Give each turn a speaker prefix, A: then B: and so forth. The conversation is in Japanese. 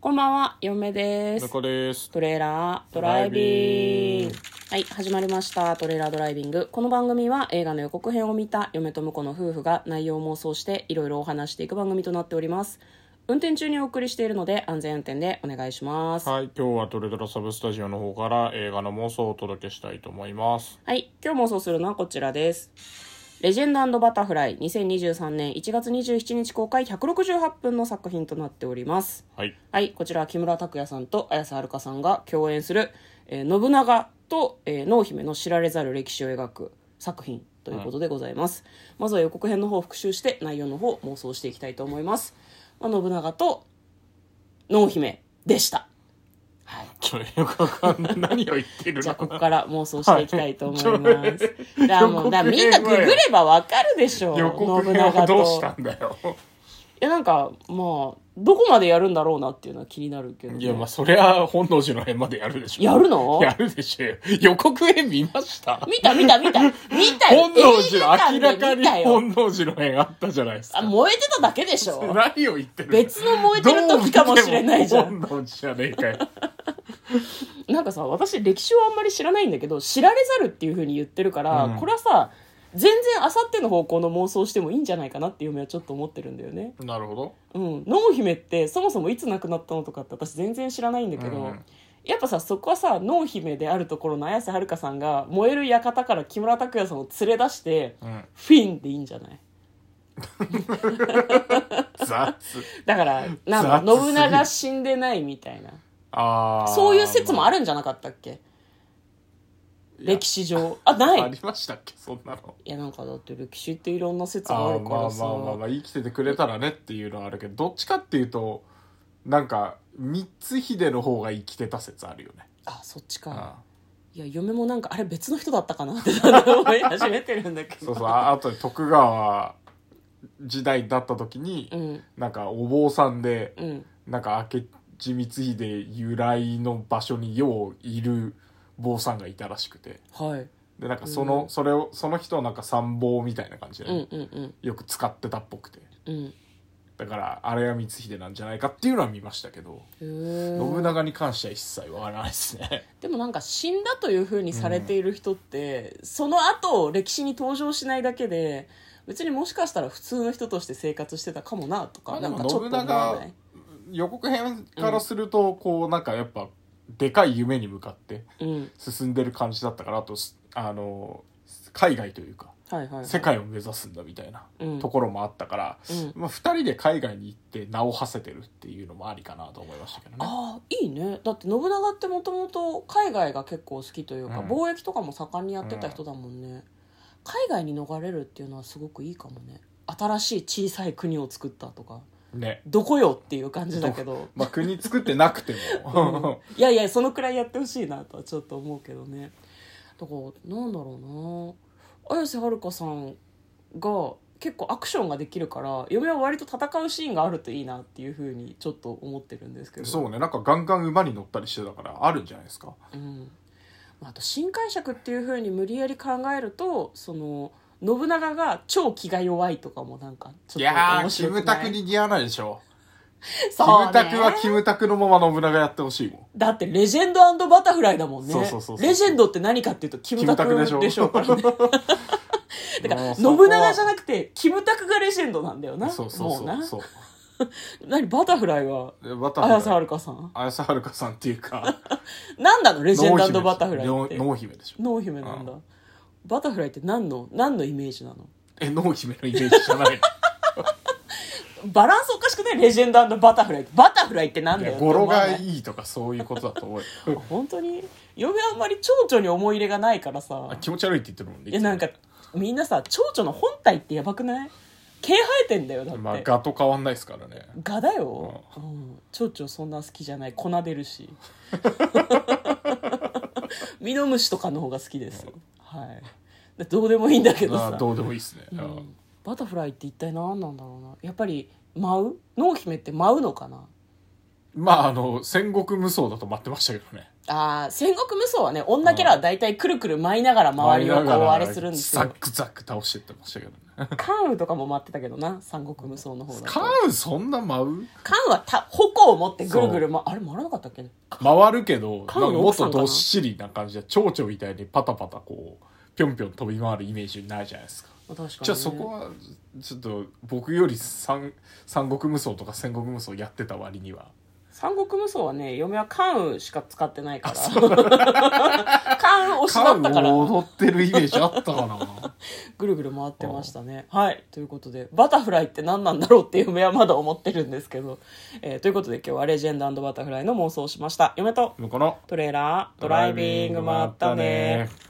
A: こんばんは、嫁です。
B: 中です。
A: トレーラードライビング
B: ドライビング
A: はい始まりましたトレーラードライビングこの番組は映画の予告編を見た嫁と婿の夫婦が内容を妄想していろいろお話していく番組となっております運転中にお送りしているので安全運転でお願いしますはい、
B: はい、今日はトレドラサブスタジオの方から映画の妄想をお届けしたいと思います。
A: 今日妄想するのはこちらですレジェンドバタフライ2023年1月27日公開168分の作品となっております
B: はい、
A: はい、こちらは木村拓哉さんと綾瀬はるかさんが共演する、えー信長と、えー濃姫の知られざる歴史を描く作品ということでございます、まずは予告編の方を復習して内容の方を妄想していきたいと思います、まあ、信長と濃姫でした
B: ちょっとよくわかんない。 何を言ってる
A: じゃあこ
B: の
A: こから妄想していきたいと 思います、
B: はいちょ
A: だからもうだからみんなググればわかるでしょう
B: 予告編はどうした
A: い
B: んだよ。
A: やなんかまあどこまでやるんだろうなっていうのは気になるけどね、
B: いや、まあ、そりゃ、本能寺の辺までやるでしょ。
A: やるの
B: やるでしょ。予告編見ました
A: 見た見た見た見たよ
B: 本能寺の、
A: 映
B: 明
A: 画
B: ら
A: 館で
B: か
A: 見
B: に
A: たよ
B: 本能寺の辺あったじゃないです
A: あ
B: か。
A: 燃えてただけでしょ
B: 何を言ってる
A: 別の燃えてる時かもしれないじゃ
B: どうん見ても本能寺じゃねえかよ。
A: なんかさ私歴史をあんまり知らないんだけど知られざるっていうふうに言ってるから、
B: うん
A: これはさ全然あさっての方向の妄想してもいいんじゃないかなっていう夢はちょっと思ってるんだよね
B: なるほど。
A: うん濃姫ってそもそもいつ亡くなったのとかって私全然知らないんだけど、
B: うん
A: やっぱさそこはさ濃姫であるところの綾瀬はるかさんが燃える館から木村拓哉さんを連れ出して
B: うん。
A: フィンでいいんじゃない
B: 雑。
A: だからなんだ
B: 雑すぎ
A: 信
B: る
A: 長死んでないみたいな
B: ああ。
A: そういう説もあ
B: る。
A: るんじゃなかったっけ
B: いや
A: 歴史上。あ、な
B: あ
A: い
B: りましたっけ、そんなの。
A: いや、なんかだって歴史っていろんな説が
B: あ
A: あ
B: あ
A: るからさ。
B: まあまあまあまあ生きててくれたらねっていうのはあるけどどっちかっていうとなんか光秀の方が生きてた説あるよね、
A: あ、そっち
B: うん
A: か。いや、嫁もなんか、あれ別の人だったかなってだんだん思い始めてるんだけ
B: そう
A: ど。
B: そうああと徳川時代だった時に、
A: うん、
B: なんかお坊さんで
A: うん。
B: なんか明智光秀由来の場所によういる坊さんがいたらしくて
A: はい。
B: でなんかその、
A: うん
B: それをその人をなんか参謀みたいな感じで
A: うん
B: ね、
A: うんうん。
B: よく使ってたっぽくて
A: うん。
B: だからあれは光秀なんじゃないかっていうのは見ましたけど。
A: へー
B: 信長に関しては一切わからないですね
A: でもなんか死んだというふうにされている人って、その後歴史に登場しないだけで別にもしかしたら普通の人として生活してたかもなとか、
B: まあで
A: な
B: も
A: んかちょっと思わない
B: 予告編からするとこうなんかやっぱでかい夢に向かって
A: うん
B: 進んでる感じだったからあとすあの海外というか
A: はいはいはい、
B: 世界を目指すんだみたいな
A: うん
B: ところもあったから、
A: うん
B: まあ、2人で海外に行って名を馳せてるっていうのもありかなと思いましたけどね
A: ああいいねだって信長ってもともと海外が結構好きというか、
B: うん
A: 貿易とかも盛んにやってた人だもんね、海外に逃れるっていうのはすごくいいかもね新しい小さい国を作ったとか
B: ね
A: どこよっていう感じだけど、
B: まあ国作ってなくて
A: うん
B: も
A: いやいやそのくらいやってほしいなとはちょっと思うけどねだからなんだろうな綾瀬はるかさんが結構アクションができるから嫁は割と戦うシーンがあるといいなっていうふうにちょっと思ってるんですけど
B: そうねなんかガンガン馬に乗ったりしてたからあるんじゃないですか
A: うん、あと新解釈っていうふうに無理やり考えるとその信長が超気が弱いとかもなんかち
B: い
A: ょっと
B: や
A: 面
B: ーキ
A: 白くない
B: ムタクに似合わないでしょキ
A: そう
B: ム
A: ね
B: タクはキムタクのまま信長やってほしいもん
A: だってレジェンドバタフライだもんね
B: そうそうそうそう
A: レジェンドって何かっていうとキムタクでしょ
B: キム タクでしょ
A: だから
B: もう
A: 信
B: そこは
A: 長じゃなくてキムタクがレジェンドなんだよな
B: そうそう
A: もうな
B: そうそう
A: 何バタフライは
B: でバタフライ
A: 綾瀬はるかさん
B: 綾瀬はるかさんっていうか
A: 何なのレジェンドバタフライ
B: 濃
A: っ
B: 姫
A: て
B: でしょ濃濃姫でしょ
A: 濃姫なんだバタフライって何の何のイメージなの
B: え濃姫のイメージじゃない
A: バランスおかしくないレジェンドバタフライってバタフライってなん
B: い
A: だよ
B: や
A: って
B: 語
A: 思
B: 呂
A: わな
B: が
A: い
B: いいとかそういうことだと思うよ
A: 本当に嫁はあんまり蝶々に思い入れがないからさ
B: あ気持ち悪いって言ってるもんね
A: いやなんかみんなさ蝶々の本体ってやばくない毛生えてんだよだって、
B: まあガと変わんないですからね
A: ガだよ、うん、蝶々そんな好きじゃない粉出る しミノムシとかの方が好きです、はいでどうでもいいんだけど
B: ま
A: さ
B: あどうでもいいですね、
A: う
B: うん
A: んバタフライって一体何なんだろうなやっぱり舞う濃姫って舞うのかな
B: まああの戦国無双だと待ってましたけどね
A: ああ戦国無双はね女キャラは大体くるくる舞いながら周りをこうあれするんです
B: ザッ
A: よ
B: クザック倒してってましたけどね
A: 関羽とかも待ってたけどな三国無双の方だと
B: カウそんな舞う
A: 関羽はた矛を持ってぐるぐる、ま、あれ回らなかったっけ
B: 回るけどなんか
A: カウの
B: もっ
A: 奥さ
B: と
A: んかな
B: どっしりな感じで蝶々みたいにパタパタこうぴょんぴょん飛び回るイメージにないじゃないですか
A: 確かにね、
B: じゃあそこはちょっと僕より三三国無双とか戦国無双やってた割には
A: 三国無双はね嫁は関羽しか使ってないから 関羽推しだったから
B: を踊ってるイメージあったかな
A: ぐるぐる回ってましたね。はい。ということで、バタフライって何なんだろうっていう目はまだ思ってるんですけど。えーということで今日はレジェンドバタフライの妄想をしました。嫁と
B: 向こうの
A: トレーラー、ドライビング、まったね
B: ー